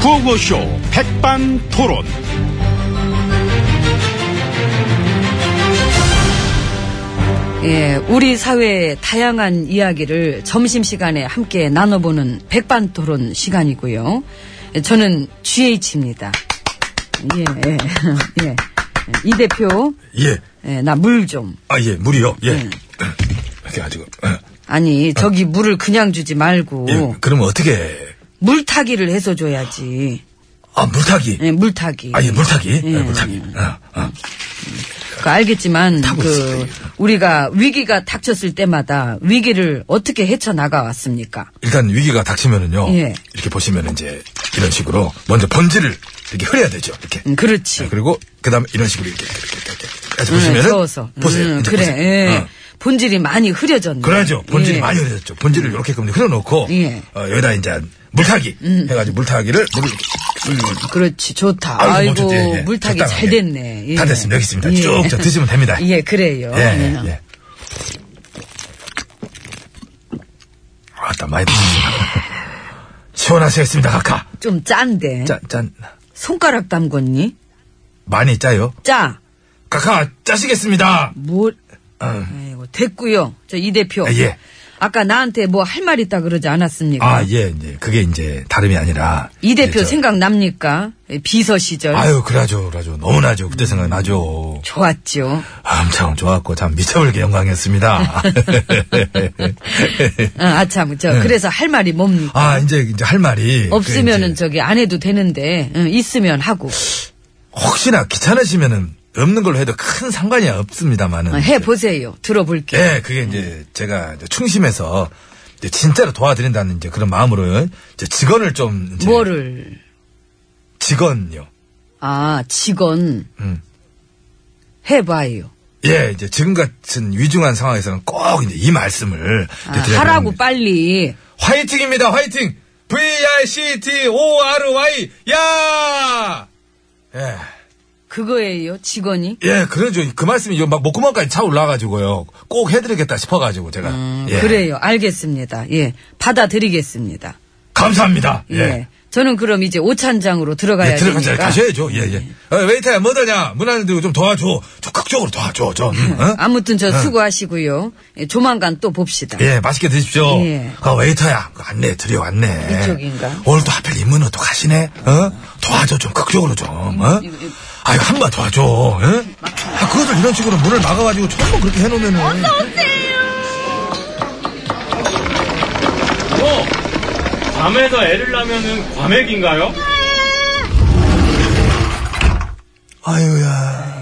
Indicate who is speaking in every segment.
Speaker 1: 구호쇼 백반토론.
Speaker 2: 예, 우리 사회의 다양한 이야기를 점심시간에 함께 나눠보는 백반토론 시간이고요. 예, 저는 GH입니다. 예, 예, 예. 이 대표,
Speaker 3: 예.
Speaker 2: 예, 나 물 좀.
Speaker 3: 아, 예, 물이요. 예.
Speaker 2: 네.
Speaker 3: 이렇게 가지고. 어,
Speaker 2: 아니, 저기 물을 그냥 주지 말고,
Speaker 3: 예, 그러면 어떻게. 해?
Speaker 2: 물타기를 해서 줘야지.
Speaker 3: 아, 물타기.
Speaker 2: 예, 물타기.
Speaker 3: 아, 예, 물타기. 예,
Speaker 2: 예.
Speaker 3: 물타기. 아, 아.
Speaker 2: 그 알겠지만
Speaker 3: 타고
Speaker 2: 그
Speaker 3: 있어요.
Speaker 2: 우리가 위기가 닥쳤을 때마다 위기를 어떻게 헤쳐 나가왔습니까?
Speaker 3: 일단 위기가 닥치면은요.
Speaker 2: 예.
Speaker 3: 이렇게 보시면 이제 이런 식으로 먼저 번지를 이렇게 흐려야 되죠. 이렇게.
Speaker 2: 음, 그렇지.
Speaker 3: 자, 그리고 그 다음에 이런 식으로 이렇게, 이렇게, 이렇게, 이렇게. 해서
Speaker 2: 음,
Speaker 3: 보시면은.
Speaker 2: 저어서.
Speaker 3: 보세요.
Speaker 2: 음,
Speaker 3: 이제
Speaker 2: 그래.
Speaker 3: 보세요.
Speaker 2: 예.
Speaker 3: 어.
Speaker 2: 본질이 많이 흐려졌네.
Speaker 3: 그래야죠. 본질이
Speaker 2: 예.
Speaker 3: 많이 흐려졌죠. 본질을 이렇게 그럼 흐려놓고.
Speaker 2: 예. 음.
Speaker 3: 어, 여기다 이제 물타기. 해가지고 물타기를. 물을. 이렇게 끓이고
Speaker 2: 그렇지. 좋다.
Speaker 3: 아이고,
Speaker 2: 아이고,
Speaker 3: 멈췄지. 예, 예.
Speaker 2: 물타기
Speaker 3: 적당하게.
Speaker 2: 잘 됐네. 예.
Speaker 3: 다 됐습니다. 여기 있습니다.
Speaker 2: 예.
Speaker 3: 쭉저 드시면 됩니다.
Speaker 2: 예, 그래요.
Speaker 3: 예,
Speaker 2: 예.
Speaker 3: 예. 아따, 많이 드셨습니다. 시원하시겠습니다, 카카.
Speaker 2: 좀 짠데.
Speaker 3: 짠, 짠.
Speaker 2: 손가락 담궜니?
Speaker 3: 많이 짜요?
Speaker 2: 짜.
Speaker 3: 카카, 짜시겠습니다.
Speaker 2: 뭘?
Speaker 3: 음.
Speaker 2: 아이고, 됐고요. 저 이 대표.
Speaker 3: 아, 예.
Speaker 2: 아까 나한테 뭐 할 말 있다 그러지 않았습니까?
Speaker 3: 아, 예, 예. 그게 이제 다름이 아니라.
Speaker 2: 이 대표
Speaker 3: 이제 저-
Speaker 2: 생각납니까? 예, 비서 시절.
Speaker 3: 아유, 그러죠, 그러죠. 너무나죠. 그때 생각나죠.
Speaker 2: 좋았죠.
Speaker 3: 아, 엄청 좋았고, 참 미쳐버리게 영광이었습니다. 예.
Speaker 2: 아, 아참, 저, 그래서 할 말이 뭡니까?
Speaker 3: 아, 이제, 이제 할 말이. 그
Speaker 2: 없으면은
Speaker 3: 이제
Speaker 2: 저기 안 해도 되는데, 응, 있으면 하고.
Speaker 3: 혹시나 귀찮으시면은 없는 걸로 해도 큰 상관이 없습니다만은.
Speaker 2: 어, 해보세요. 들어볼게요.
Speaker 3: 예, 그게
Speaker 2: 음.
Speaker 3: 이제 제가 이제 충심해서 이제 진짜로 도와드린다는 이제 그런 마음으로 이제 직원을 좀 이제
Speaker 2: 뭐를.
Speaker 3: 직원요.
Speaker 2: 아, 직원.
Speaker 3: 음.
Speaker 2: 해봐요.
Speaker 3: 예, 이제 지금 같은 위중한 상황에서는 꼭 이제 이 말씀을
Speaker 2: 아,
Speaker 3: 이제 드려야
Speaker 2: 하라고
Speaker 3: 되는데.
Speaker 2: 빨리.
Speaker 3: 화이팅입니다. 화이팅. V I C T O R Y 야. 예.
Speaker 2: 그거예요, 직원이.
Speaker 3: 예, 그러죠. 그 말씀이 요막 목구멍까지 차 올라가지고요. 꼭 해드리겠다 싶어가지고 제가.
Speaker 2: 음,
Speaker 3: 예.
Speaker 2: 그래요. 알겠습니다. 예. 받아드리겠습니다.
Speaker 3: 감사합니다.
Speaker 2: 예. 저는 그럼 이제 오찬장으로 들어가야 네.
Speaker 3: 예, 들어가자.
Speaker 2: 되니까.
Speaker 3: 가셔야죠. 예, 예. 어, 웨이터야, 뭐더냐? 문안에 들고 좀 도와줘. 적극적으로 도와줘, 좀. 응? 어?
Speaker 2: 음. 아무튼 저 수고하시고요. 예, 조만간 또 봅시다.
Speaker 3: 예, 맛있게 드십시오.
Speaker 2: 예.
Speaker 3: 어, 웨이터야, 그 안내 드려 왔네.
Speaker 2: 이쪽인가? 음.
Speaker 3: 오늘 또 하필 입문은 또 가시네. 어? 도와줘, 좀 극적으로 좀. 어? 아유, 한 번 도와줘. 어?
Speaker 2: 음.
Speaker 3: 아, 그것을 이런 식으로 문을 막아가지고 전부 그렇게 해놓으면은.
Speaker 1: 어, 밤에서 애를 낳으면은 과맥인가요?
Speaker 3: 아유야.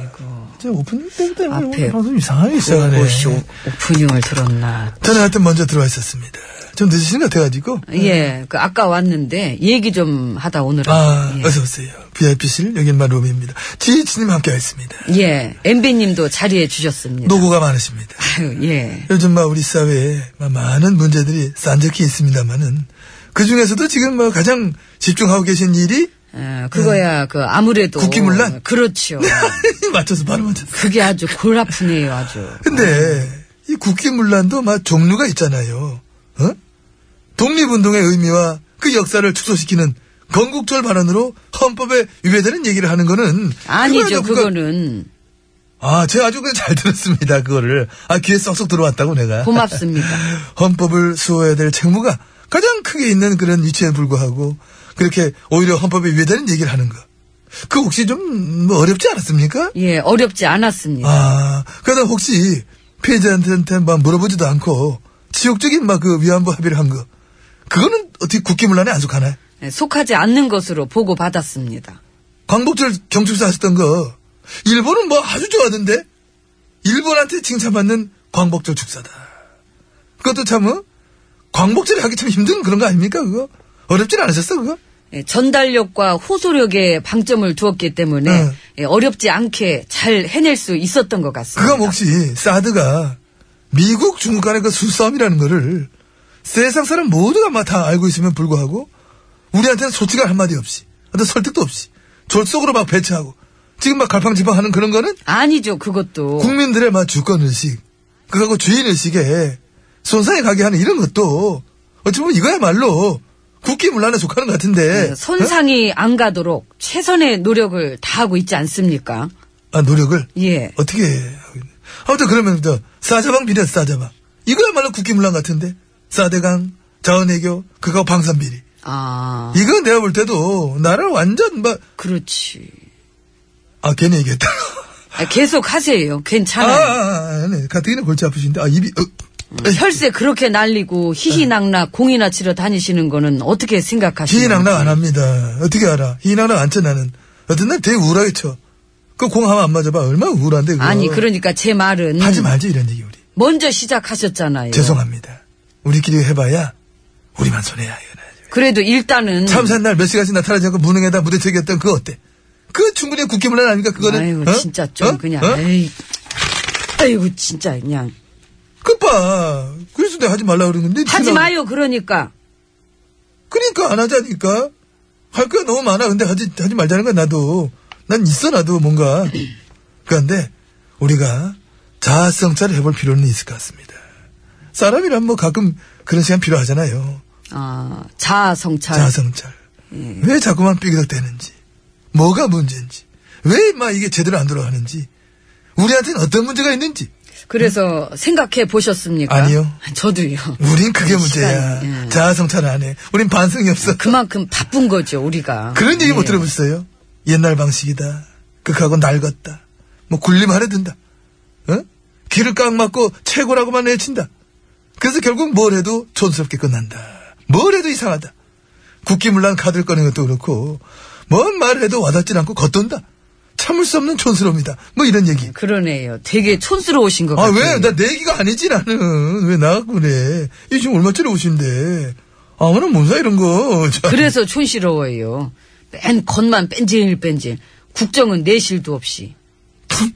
Speaker 3: 이제 오프닝 때 때문에
Speaker 2: 앞에
Speaker 3: 오늘 방송 이상하게 있어가네.
Speaker 2: 혹시 오- 오프닝을 들었나.
Speaker 3: 저는 하여튼 먼저 들어와 있었습니다. 좀 늦으신 것 같아가지고.
Speaker 2: 예, 그 아까 왔는데 얘기 좀 하다 오늘은.
Speaker 3: 아,
Speaker 2: 예.
Speaker 3: 어서오세요. VIP실, 여긴만 룸입니다. 지혜치님 함께하겠습니다.
Speaker 2: 예, 엠비님도 자리해 주셨습니다.
Speaker 3: 노고가 많으십니다.
Speaker 2: 아유, 예.
Speaker 3: 요즘 막 우리 사회에 막 많은 문제들이 산적히 있습니다만은 그 중에서도 지금 뭐 가장 집중하고 계신 일이
Speaker 2: 어, 그거야
Speaker 3: 음.
Speaker 2: 그 아무래도
Speaker 3: 국기문란?
Speaker 2: 그렇죠.
Speaker 3: 맞춰서 바로 맞췄어.
Speaker 2: 그게 아주 골 아프네요, 아주.
Speaker 3: 근데 이 국기문란도 막 종류가 있잖아요. 어? 독립운동의 의미와 그 역사를 축소시키는 건국절 발언으로 헌법에 위배되는 얘기를 하는 거는
Speaker 2: 아니죠,
Speaker 3: 그거는 그거-
Speaker 2: 그거는
Speaker 3: 아, 제가 아주 그냥 잘 들었습니다, 그거를. 아, 귀에 쏙쏙 들어왔다고 내가.
Speaker 2: 고맙습니다.
Speaker 3: 헌법을 수호해야 될 책무가 가장 크게 있는 그런 위치에 불구하고 그렇게 오히려 헌법에 위배되는 얘기를 하는 거. 그 혹시 좀뭐 어렵지 않았습니까?
Speaker 2: 예, 어렵지 않았습니다.
Speaker 3: 아, 그러다 혹시 피해자한테 막 물어보지도 않고 지옥적인 막 그 위안부 합의를 한 거. 그거는 어떻게 국기문란에 안 속하나요?
Speaker 2: 예, 속하지 않는 것으로 보고 받았습니다.
Speaker 3: 광복절 경축사 하셨던 거. 일본은 뭐 아주 좋아하던데? 일본한테 칭찬받는 광복절 축사다. 그것도 참, 어? 광복절에 하기 참 힘든 그런 거 아닙니까, 그거? 어렵진 않으셨어, 그거?
Speaker 2: 예, 전달력과 호소력에 방점을 두었기 때문에
Speaker 3: 응.
Speaker 2: 예, 어렵지 않게 잘 해낼 수 있었던 것 같습니다.
Speaker 3: 그거 뭐- 혹시, 사드가, 미국, 중국 간의 그 수싸움이라는 거를 세상 사람 모두가 막 다 알고 있으면 불구하고, 우리한테는 솔직한 한마디 없이, 어떤 설득도 없이, 졸속으로 막 배치하고, 지금 막 갈팡질팡 하는 그런 거는
Speaker 2: 아니죠, 그것도.
Speaker 3: 국민들의 막 주권의식, 그거하고 주인의식에 손상이 가게 하는 이런 것도, 어찌 보면 이거야말로 국기문란에 속하는 것 같은데.
Speaker 2: 예, 네, 손상이 안 가도록 최선의 노력을 다하고 있지 않습니까?
Speaker 3: 아, 노력을?
Speaker 2: 예.
Speaker 3: 어떻게 하고 있네. 아무튼 그러면 저 사자방 비리 사자방. 이거야말로 국기문란 같은데. 사대강, 자원외교, 그거 방산비리.
Speaker 2: 아,
Speaker 3: 이건 내가 볼 때도 나라 완전 막,
Speaker 2: 그렇지.
Speaker 3: 아, 괜히 얘기했다.
Speaker 2: 아, 계속 하세요.
Speaker 3: 아,
Speaker 2: 괜찮아요.
Speaker 3: 아, 아, 네. 가뜩이나 골치 아프신데. 아, 입이, 어.
Speaker 2: 혈세 그렇게 날리고 희희낙낙 공이나 치러 다니시는 거는 어떻게 생각하시나요?
Speaker 3: 네. 희인낙낙 안 합니다. 어떻게 알아? 희인낙낙 안쳐 나는. 어떤 날 되게 우울하게 쳐. 그 공 하면 안 맞아봐. 얼마나 우울한데 그거.
Speaker 2: 아니 그러니까 제 말은
Speaker 3: 하지 말지 이런 얘기 우리.
Speaker 2: 먼저 시작하셨잖아요.
Speaker 3: 죄송합니다. 우리끼리 해봐야 우리만 손해야 이거는.
Speaker 2: 음. 그래도 일단은
Speaker 3: 참산날 몇 시간씩 나타나지 않고 무능에다 무대 제기했던 그거 어때? 그 충분히 국기문란 아닙니까 그거는?
Speaker 2: 아유
Speaker 3: 어?
Speaker 2: 진짜 좀
Speaker 3: 어?
Speaker 2: 그냥 예.
Speaker 3: 어?
Speaker 2: 에이, 아이고 진짜 그냥
Speaker 3: 그 봐. 그래서 내가 하지 말라 그러는 건데.
Speaker 2: 하지
Speaker 3: 지금-
Speaker 2: 마요 그러니까
Speaker 3: 그러니까 안 하자니까. 할 거야 너무 많아. 근데 하지 하지 말자는 거야 나도. 난 있어 나도 뭔가. 그런데 우리가 자아성찰을 해볼 필요는 있을 것 같습니다. 사람이란 뭐 가끔 그런 시간 필요하잖아요.
Speaker 2: 아 자아성찰 음.
Speaker 3: 자아성찰. 왜 자꾸만 삐그덕대는지. 뭐가 문제인지. 왜 막 이게 제대로 안 돌아가는지. 우리한테는 어떤 문제가 있는지.
Speaker 2: 그래서 생각해 보셨습니까?
Speaker 3: 아니요.
Speaker 2: 저도요.
Speaker 3: 우린 그게
Speaker 2: 아니,
Speaker 3: 문제야.
Speaker 2: 시간이, 예.
Speaker 3: 자아성찰 안 해. 우린 반성이 없어.
Speaker 2: 그만큼 바쁜 거죠 우리가.
Speaker 3: 그런 얘기 못
Speaker 2: 예.
Speaker 3: 들어보셨어요? 옛날 방식이다. 극하고 낡았다. 뭐 굴림하려 든다. 어? 귀를 깍 맞고 최고라고만 외친다. 그래서 결국 뭘 해도 촌스럽게 끝난다. 뭘 해도 이상하다. 국기문란 카드를 꺼낸 것도 그렇고 뭔 말을 해도 와닿진 않고 겉돈다. 참을 수 없는 촌스러움이다. 뭐 이런 얘기.
Speaker 2: 그러네요. 되게 촌스러우신 것
Speaker 3: 아
Speaker 2: 같아요.
Speaker 3: 왜? 나 내 얘기가 아니지 나는. 왜 나가 그래. 이 지금 얼마짜리 옷인데. 아무나 못사 이런 거. 참.
Speaker 2: 그래서 촌스러워요. 맨 겉만 뺀질뺀질. 국정은 내실도 없이.
Speaker 3: 근데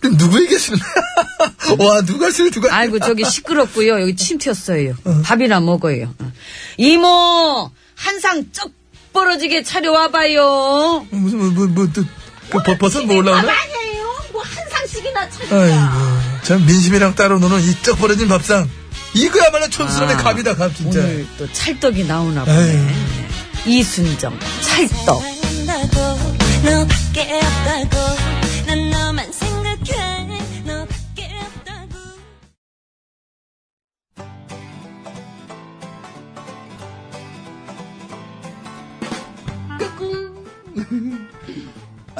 Speaker 3: 그 누구 얘기하시는 거야? 와, 누가 하시는 누가?
Speaker 2: 아이고 저기 시끄럽고요. 여기 침 튀었어요. 밥이나 먹어요. 어. 이모 한 상 쩍 벌어지게 차려와봐요.
Speaker 3: 어, 무슨, 뭐, 뭐, 뭐, 또, 그 버- 버섯 뭐 올라오나?
Speaker 4: 아니에요. 뭐 한 상씩이나 차려.
Speaker 3: 아이고, 참, 민심이랑 따로 노는 이쩍 벌어진 밥상. 이거야말로 촌스러움의 갑이다, 갑, 진짜.
Speaker 2: 아, 오늘 또 찰떡이 나오나
Speaker 3: 에이.
Speaker 2: 보네. 이순정 찰떡.
Speaker 4: 사랑한다고 너밖에 없다고 난 너만 생각해 너밖에 없다고.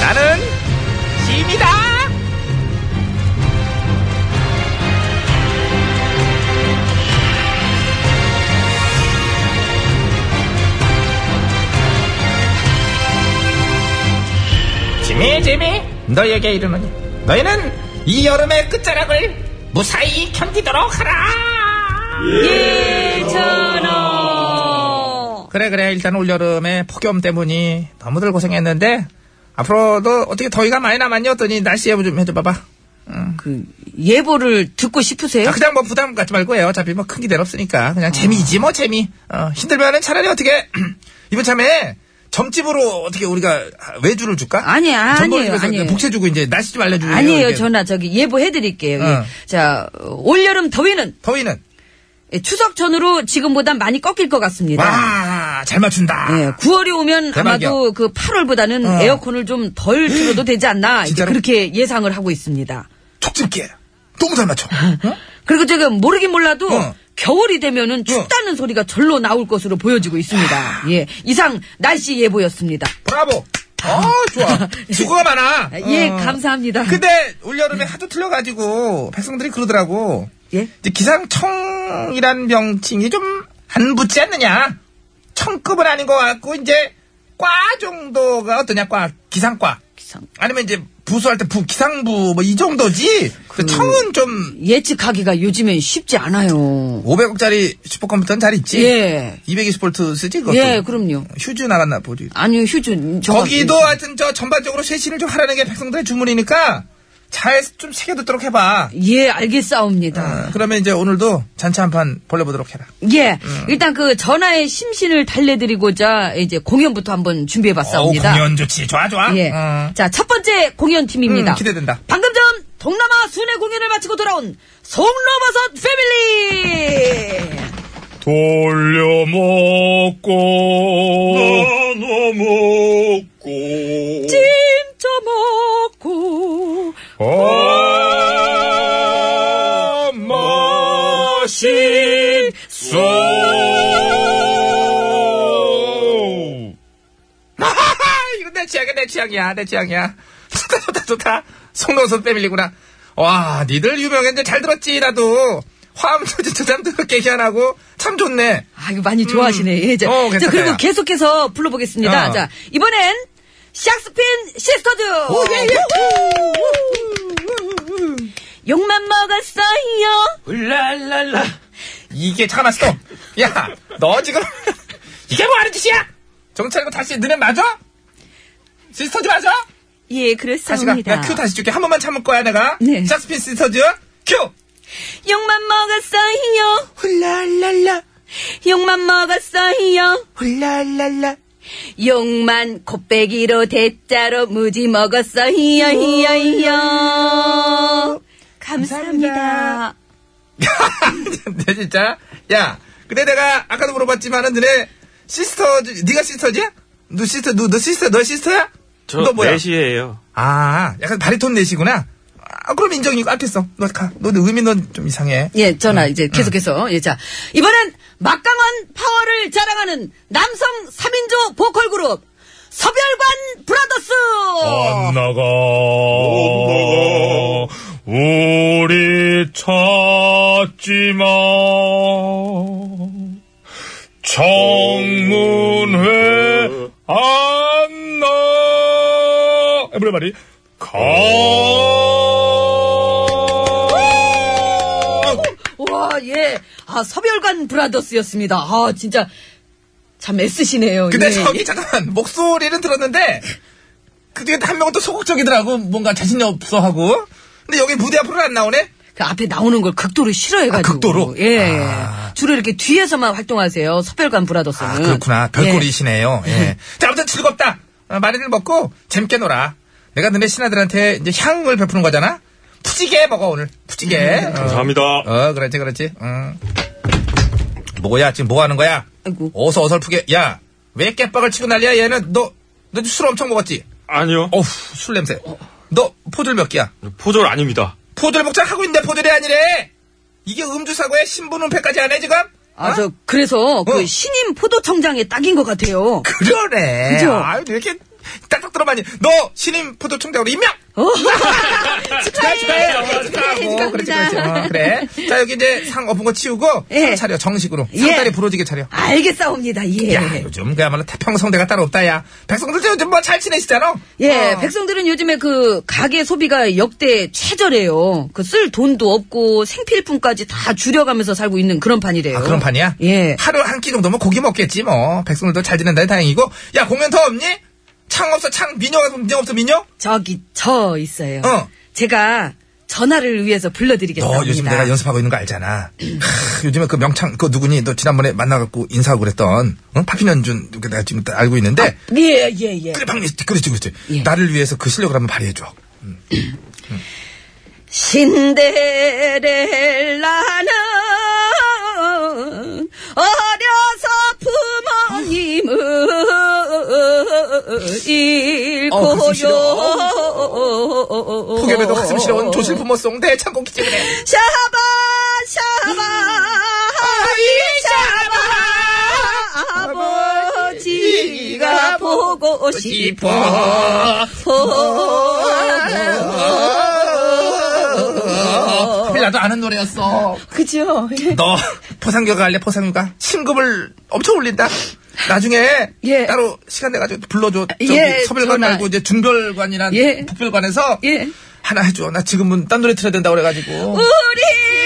Speaker 5: 나는 짐이다. 짐이 짐이 너에게 이르노니 너희는 이 여름의 끝자락을 무사히 견디도록 하라.
Speaker 4: 어.
Speaker 2: 예천호
Speaker 5: 그래 그래 일단 올여름에 폭염 때문에 너무들 고생했는데 앞으로도 어떻게 더위가 많이 남았냐더니 날씨 예보 좀 해줘 봐봐
Speaker 2: 그 예보를 듣고 싶으세요?
Speaker 5: 아, 그냥 뭐 부담 갖지 말고 해요 어차피 뭐 큰 기대는 없으니까 그냥 재미지 뭐 재미 어, 힘들면은 차라리 어떻게 이번 참에 점집으로 어떻게 우리가 외주를 줄까?
Speaker 2: 아니, 아니에요,
Speaker 5: 전복집에서
Speaker 2: 아니에요.
Speaker 5: 복채주고 이제 날씨 좀 알려주고
Speaker 2: 아니에요,
Speaker 5: 이렇게.
Speaker 2: 전화 저기 예보해드릴게요.
Speaker 5: 어.
Speaker 2: 예. 자, 어, 올여름 더위는
Speaker 5: 더위는
Speaker 2: 예, 추석 전으로 지금보다 많이 꺾일 것 같습니다.
Speaker 5: 와 잘 맞춘다
Speaker 2: 예, 9월이 오면
Speaker 5: 아, 대박이야.
Speaker 2: 아마도 그 8월보다는
Speaker 5: 어.
Speaker 2: 에어컨을 좀 덜 틀어도 되지 않나 이제
Speaker 5: 진짜로?
Speaker 2: 그렇게 예상을 하고 있습니다.
Speaker 5: 촉집게 너무 잘 맞춰. 어?
Speaker 2: 그리고 제가 모르긴 몰라도
Speaker 5: 어.
Speaker 2: 겨울이 되면은 춥다는 소리가 절로 나올 것으로 보여지고 있습니다. 예, 이상 날씨 예보였습니다.
Speaker 5: 브라보. 아, 좋아. 수고가 많아.
Speaker 2: 예,
Speaker 5: 어.
Speaker 2: 감사합니다.
Speaker 5: 근데 올여름에 하도 틀려가지고 백성들이 그러더라고.
Speaker 2: 예?
Speaker 5: 이제 기상청이란 병칭이 좀 안 붙지 않느냐. 청급은 아닌 것 같고 이제 과 정도가 어떠냐 과 기상과
Speaker 2: 기상.
Speaker 5: 아니면 이제 부수할 때 부 기상부 뭐 이 정도지. 그 청은 좀
Speaker 2: 예측하기가 요즘엔 쉽지 않아요.
Speaker 5: 500억짜리 슈퍼컴퓨터는 잘 있지.
Speaker 2: 예.
Speaker 5: 220볼트 쓰지 그것도.
Speaker 2: 예, 그럼요.
Speaker 5: 휴즈 나갔나 보지.
Speaker 2: 아니요, 예. 휴준.
Speaker 5: 거기도 하여튼 저 전반적으로 쇄신을 좀 하라는 게 백성들의 주문이니까 잘 좀 새겨 듣도록 해봐.
Speaker 2: 예, 알겠사옵니다.
Speaker 5: 어, 그러면 이제 오늘도 잔치 한 판 벌려보도록 해라.
Speaker 2: 예,
Speaker 5: 음.
Speaker 2: 일단 그 전화의 심신을 달래드리고자 이제 공연부터 한번 준비해봤사옵니다.
Speaker 5: 어, 공연 좋지. 좋아, 좋아.
Speaker 2: 예.
Speaker 5: 어.
Speaker 2: 자, 첫 번째 공연 팀입니다.
Speaker 5: 음, 기대된다.
Speaker 2: 방금 전 동남아 순회 공연을 마치고 돌아온 송로버섯 패밀리!
Speaker 1: 돌려 먹고 나눠 먹고
Speaker 2: 찜쪄 먹고,
Speaker 5: 어,
Speaker 1: 아, 맛있어
Speaker 5: 하하하, 이건 내 취향이야, 내 취향이야, 내 취향이야. 좋다, 좋다, 좋다. 송동선 빼밀리구나. 와, 니들 유명했는데 잘 들었지, 나도. 화음 조진 저 사람도 그렇게 희한하고, 참 좋네.
Speaker 2: 아, 이거 많이 좋아하시네. 예, 자,
Speaker 5: 어,
Speaker 2: 자,
Speaker 5: 괜찮다,
Speaker 2: 그리고
Speaker 5: 야.
Speaker 2: 계속해서 불러보겠습니다.
Speaker 5: 어.
Speaker 2: 자, 이번엔 샥스핀 시스터즈! 예,
Speaker 5: 예,
Speaker 2: 욕만 먹었어요.
Speaker 5: 울랄랄라. 이게 잠깐만 스톱. 야, 너 지금 이게 뭐 하는 짓이야? 정찰고 다시 너네 맞아? 시스터즈 맞아?
Speaker 2: 예,
Speaker 5: 다시 가. 야,
Speaker 2: 그렇습니다.
Speaker 5: 큐 다시 줄게. 한 번만 참을 거야 내가.
Speaker 2: 네.
Speaker 5: 샥스핀 시스터즈. 큐.
Speaker 2: 욕만 먹었어요.
Speaker 5: 울랄랄라.
Speaker 2: 욕만 먹었어요.
Speaker 5: 울랄랄라.
Speaker 2: 욕만 곱빼기로 대자로 무지 먹었어요. 이요, 이요. 감사합니다.
Speaker 5: 내 네, 진짜. 야, 근데 내가 아까도 물어봤지만은 너네 시스터즈, 네가 시스터즈야? 너 시스터, 너, 너 시스터, 너 시스터야? 너 뭐야?
Speaker 6: 내시예요.
Speaker 5: 아, 약간 바리톤 넷이구나. 아, 그럼 인정이고 알겠어. 너 가. 너 의미 넌 좀 이상해.
Speaker 2: 예, 전화 이제 계속해서. 예, 자. 이번엔 막강한 파워를 자랑하는 남성 3인조 보컬 그룹 서별관 브라더스!
Speaker 1: 안 나가. 우리 찾지 마. 정문회 안 나. 에브리바디 가.
Speaker 2: 와, 예. 아, 서별관 브라더스였습니다. 아, 진짜 참 애쓰시네요.
Speaker 5: 근데
Speaker 2: 예.
Speaker 5: 저기 잠깐 목소리는 들었는데 그 중에 한 명은 또 소극적이더라고. 뭔가 자신이 없어 하고. 근데 여기 무대 앞으로는 안 나오네.
Speaker 2: 그 앞에 나오는 걸 극도로 싫어해가지고.
Speaker 5: 아, 극도로?
Speaker 2: 예. 예.
Speaker 5: 아.
Speaker 2: 주로 이렇게 뒤에서만 활동하세요. 서별관 브라더스는.
Speaker 5: 아, 그렇구나.
Speaker 2: 예.
Speaker 5: 별꼴이시네요. 예. 자, 아무튼 즐겁다. 어, 많이들 먹고 재밌게 놀아. 내가 너네 신하들한테 이제 향을 베푸는 거잖아. 푸지게 먹어 오늘.
Speaker 2: 음.
Speaker 5: 푸지게. 어,
Speaker 6: 감사합니다.
Speaker 5: 어, 그렇지, 그렇지. 음. 뭐야, 지금 뭐 하는 거야?
Speaker 2: 아이고.
Speaker 5: 어서 어설프게. 야, 왜 깨박을 치고 난리야? 얘는 너, 너 술 엄청 먹었지?
Speaker 6: 아니요.
Speaker 5: 어우, 술 냄새. 너 포졸 몇 개야?
Speaker 6: 포졸 아닙니다.
Speaker 5: 포졸 복장 하고 있는데 포졸이 아니래. 이게 음주 사고에 신분 은폐까지 안 해 지금?
Speaker 2: 아,
Speaker 5: 어?
Speaker 2: 저, 그래서 그
Speaker 5: 어.
Speaker 2: 신임 포도청장에 딱인 것 같아요.
Speaker 5: 그러네.
Speaker 2: 그죠?
Speaker 5: 아유, 왜 이렇게 딱딱 들어봤니? 너 신임 포도청장으로 임명.
Speaker 2: 어?
Speaker 5: 축하해, 축하해,
Speaker 2: 축하합니다.
Speaker 5: 축하하고 그렇지, 그렇지. 어, 그래. 자 여기 이제 상 엎은 거 치우고
Speaker 2: 예.
Speaker 5: 상 차려 정식으로
Speaker 2: 예.
Speaker 5: 상다리 부러지게 차려.
Speaker 2: 알겠사옵니다. 예.
Speaker 5: 야, 요즘 그야말로 태평성대가 따로 없다야. 백성들 요즘 뭐 잘 지내시잖아.
Speaker 2: 예,
Speaker 5: 어.
Speaker 2: 백성들은 요즘에 그 가게 소비가 역대 최저래요. 그 쓸 돈도 없고 생필품까지 다 줄여가면서 살고 있는 그런 판이래요.
Speaker 5: 아, 그런 판이야?
Speaker 2: 예.
Speaker 5: 하루 한 끼 정도면 고기 먹겠지, 뭐. 백성들도 잘 지낸다니 다행이고. 야, 공연 더 없니? 창 없어, 창, 민요, 민요 없어, 민요?
Speaker 2: 저기 저 있어요.
Speaker 5: 어.
Speaker 2: 제가 전화를 위해서 불러드리겠습니다.
Speaker 5: 너 요즘 내가 연습하고 있는 거 알잖아. 하, 요즘에 그 명창, 그 누구니, 너 지난번에 만나갖고 인사하고 그랬던, 응? 파피년준, 그 내가 지금 딱 알고 있는데.
Speaker 2: 예, 예, 예.
Speaker 5: 그래, 박미, 그렇지, 그렇지.
Speaker 2: 예. 어.
Speaker 5: 나를 위해서 그 실력을 한번 발휘해줘.
Speaker 2: 신데렐라는 어려서 부모님을
Speaker 5: 어, 그거
Speaker 2: 잃고요.
Speaker 5: 청렴에도 가슴
Speaker 2: 어.
Speaker 5: 시려운 조실 부모송 대창고기 때문에
Speaker 2: 샤바 샤바 하이 샤바 아버지가 보고 싶어
Speaker 5: 아.
Speaker 2: 어.
Speaker 5: 하필 나도 아는 노래였어.
Speaker 2: 그죠? 예.
Speaker 5: 너 포상교가 할래 포상교가 신급을 엄청 올린다. 나중에
Speaker 2: 예.
Speaker 5: 따로 시간 내가지고 불러줘. 저기
Speaker 2: 예,
Speaker 5: 서별관
Speaker 2: 전화.
Speaker 5: 말고 이제 중별관이란
Speaker 2: 예.
Speaker 5: 북별관에서
Speaker 2: 예.
Speaker 5: 하나 해줘. 나 지금은 딴 노래 틀어야 된다 그래가지고.
Speaker 2: 우리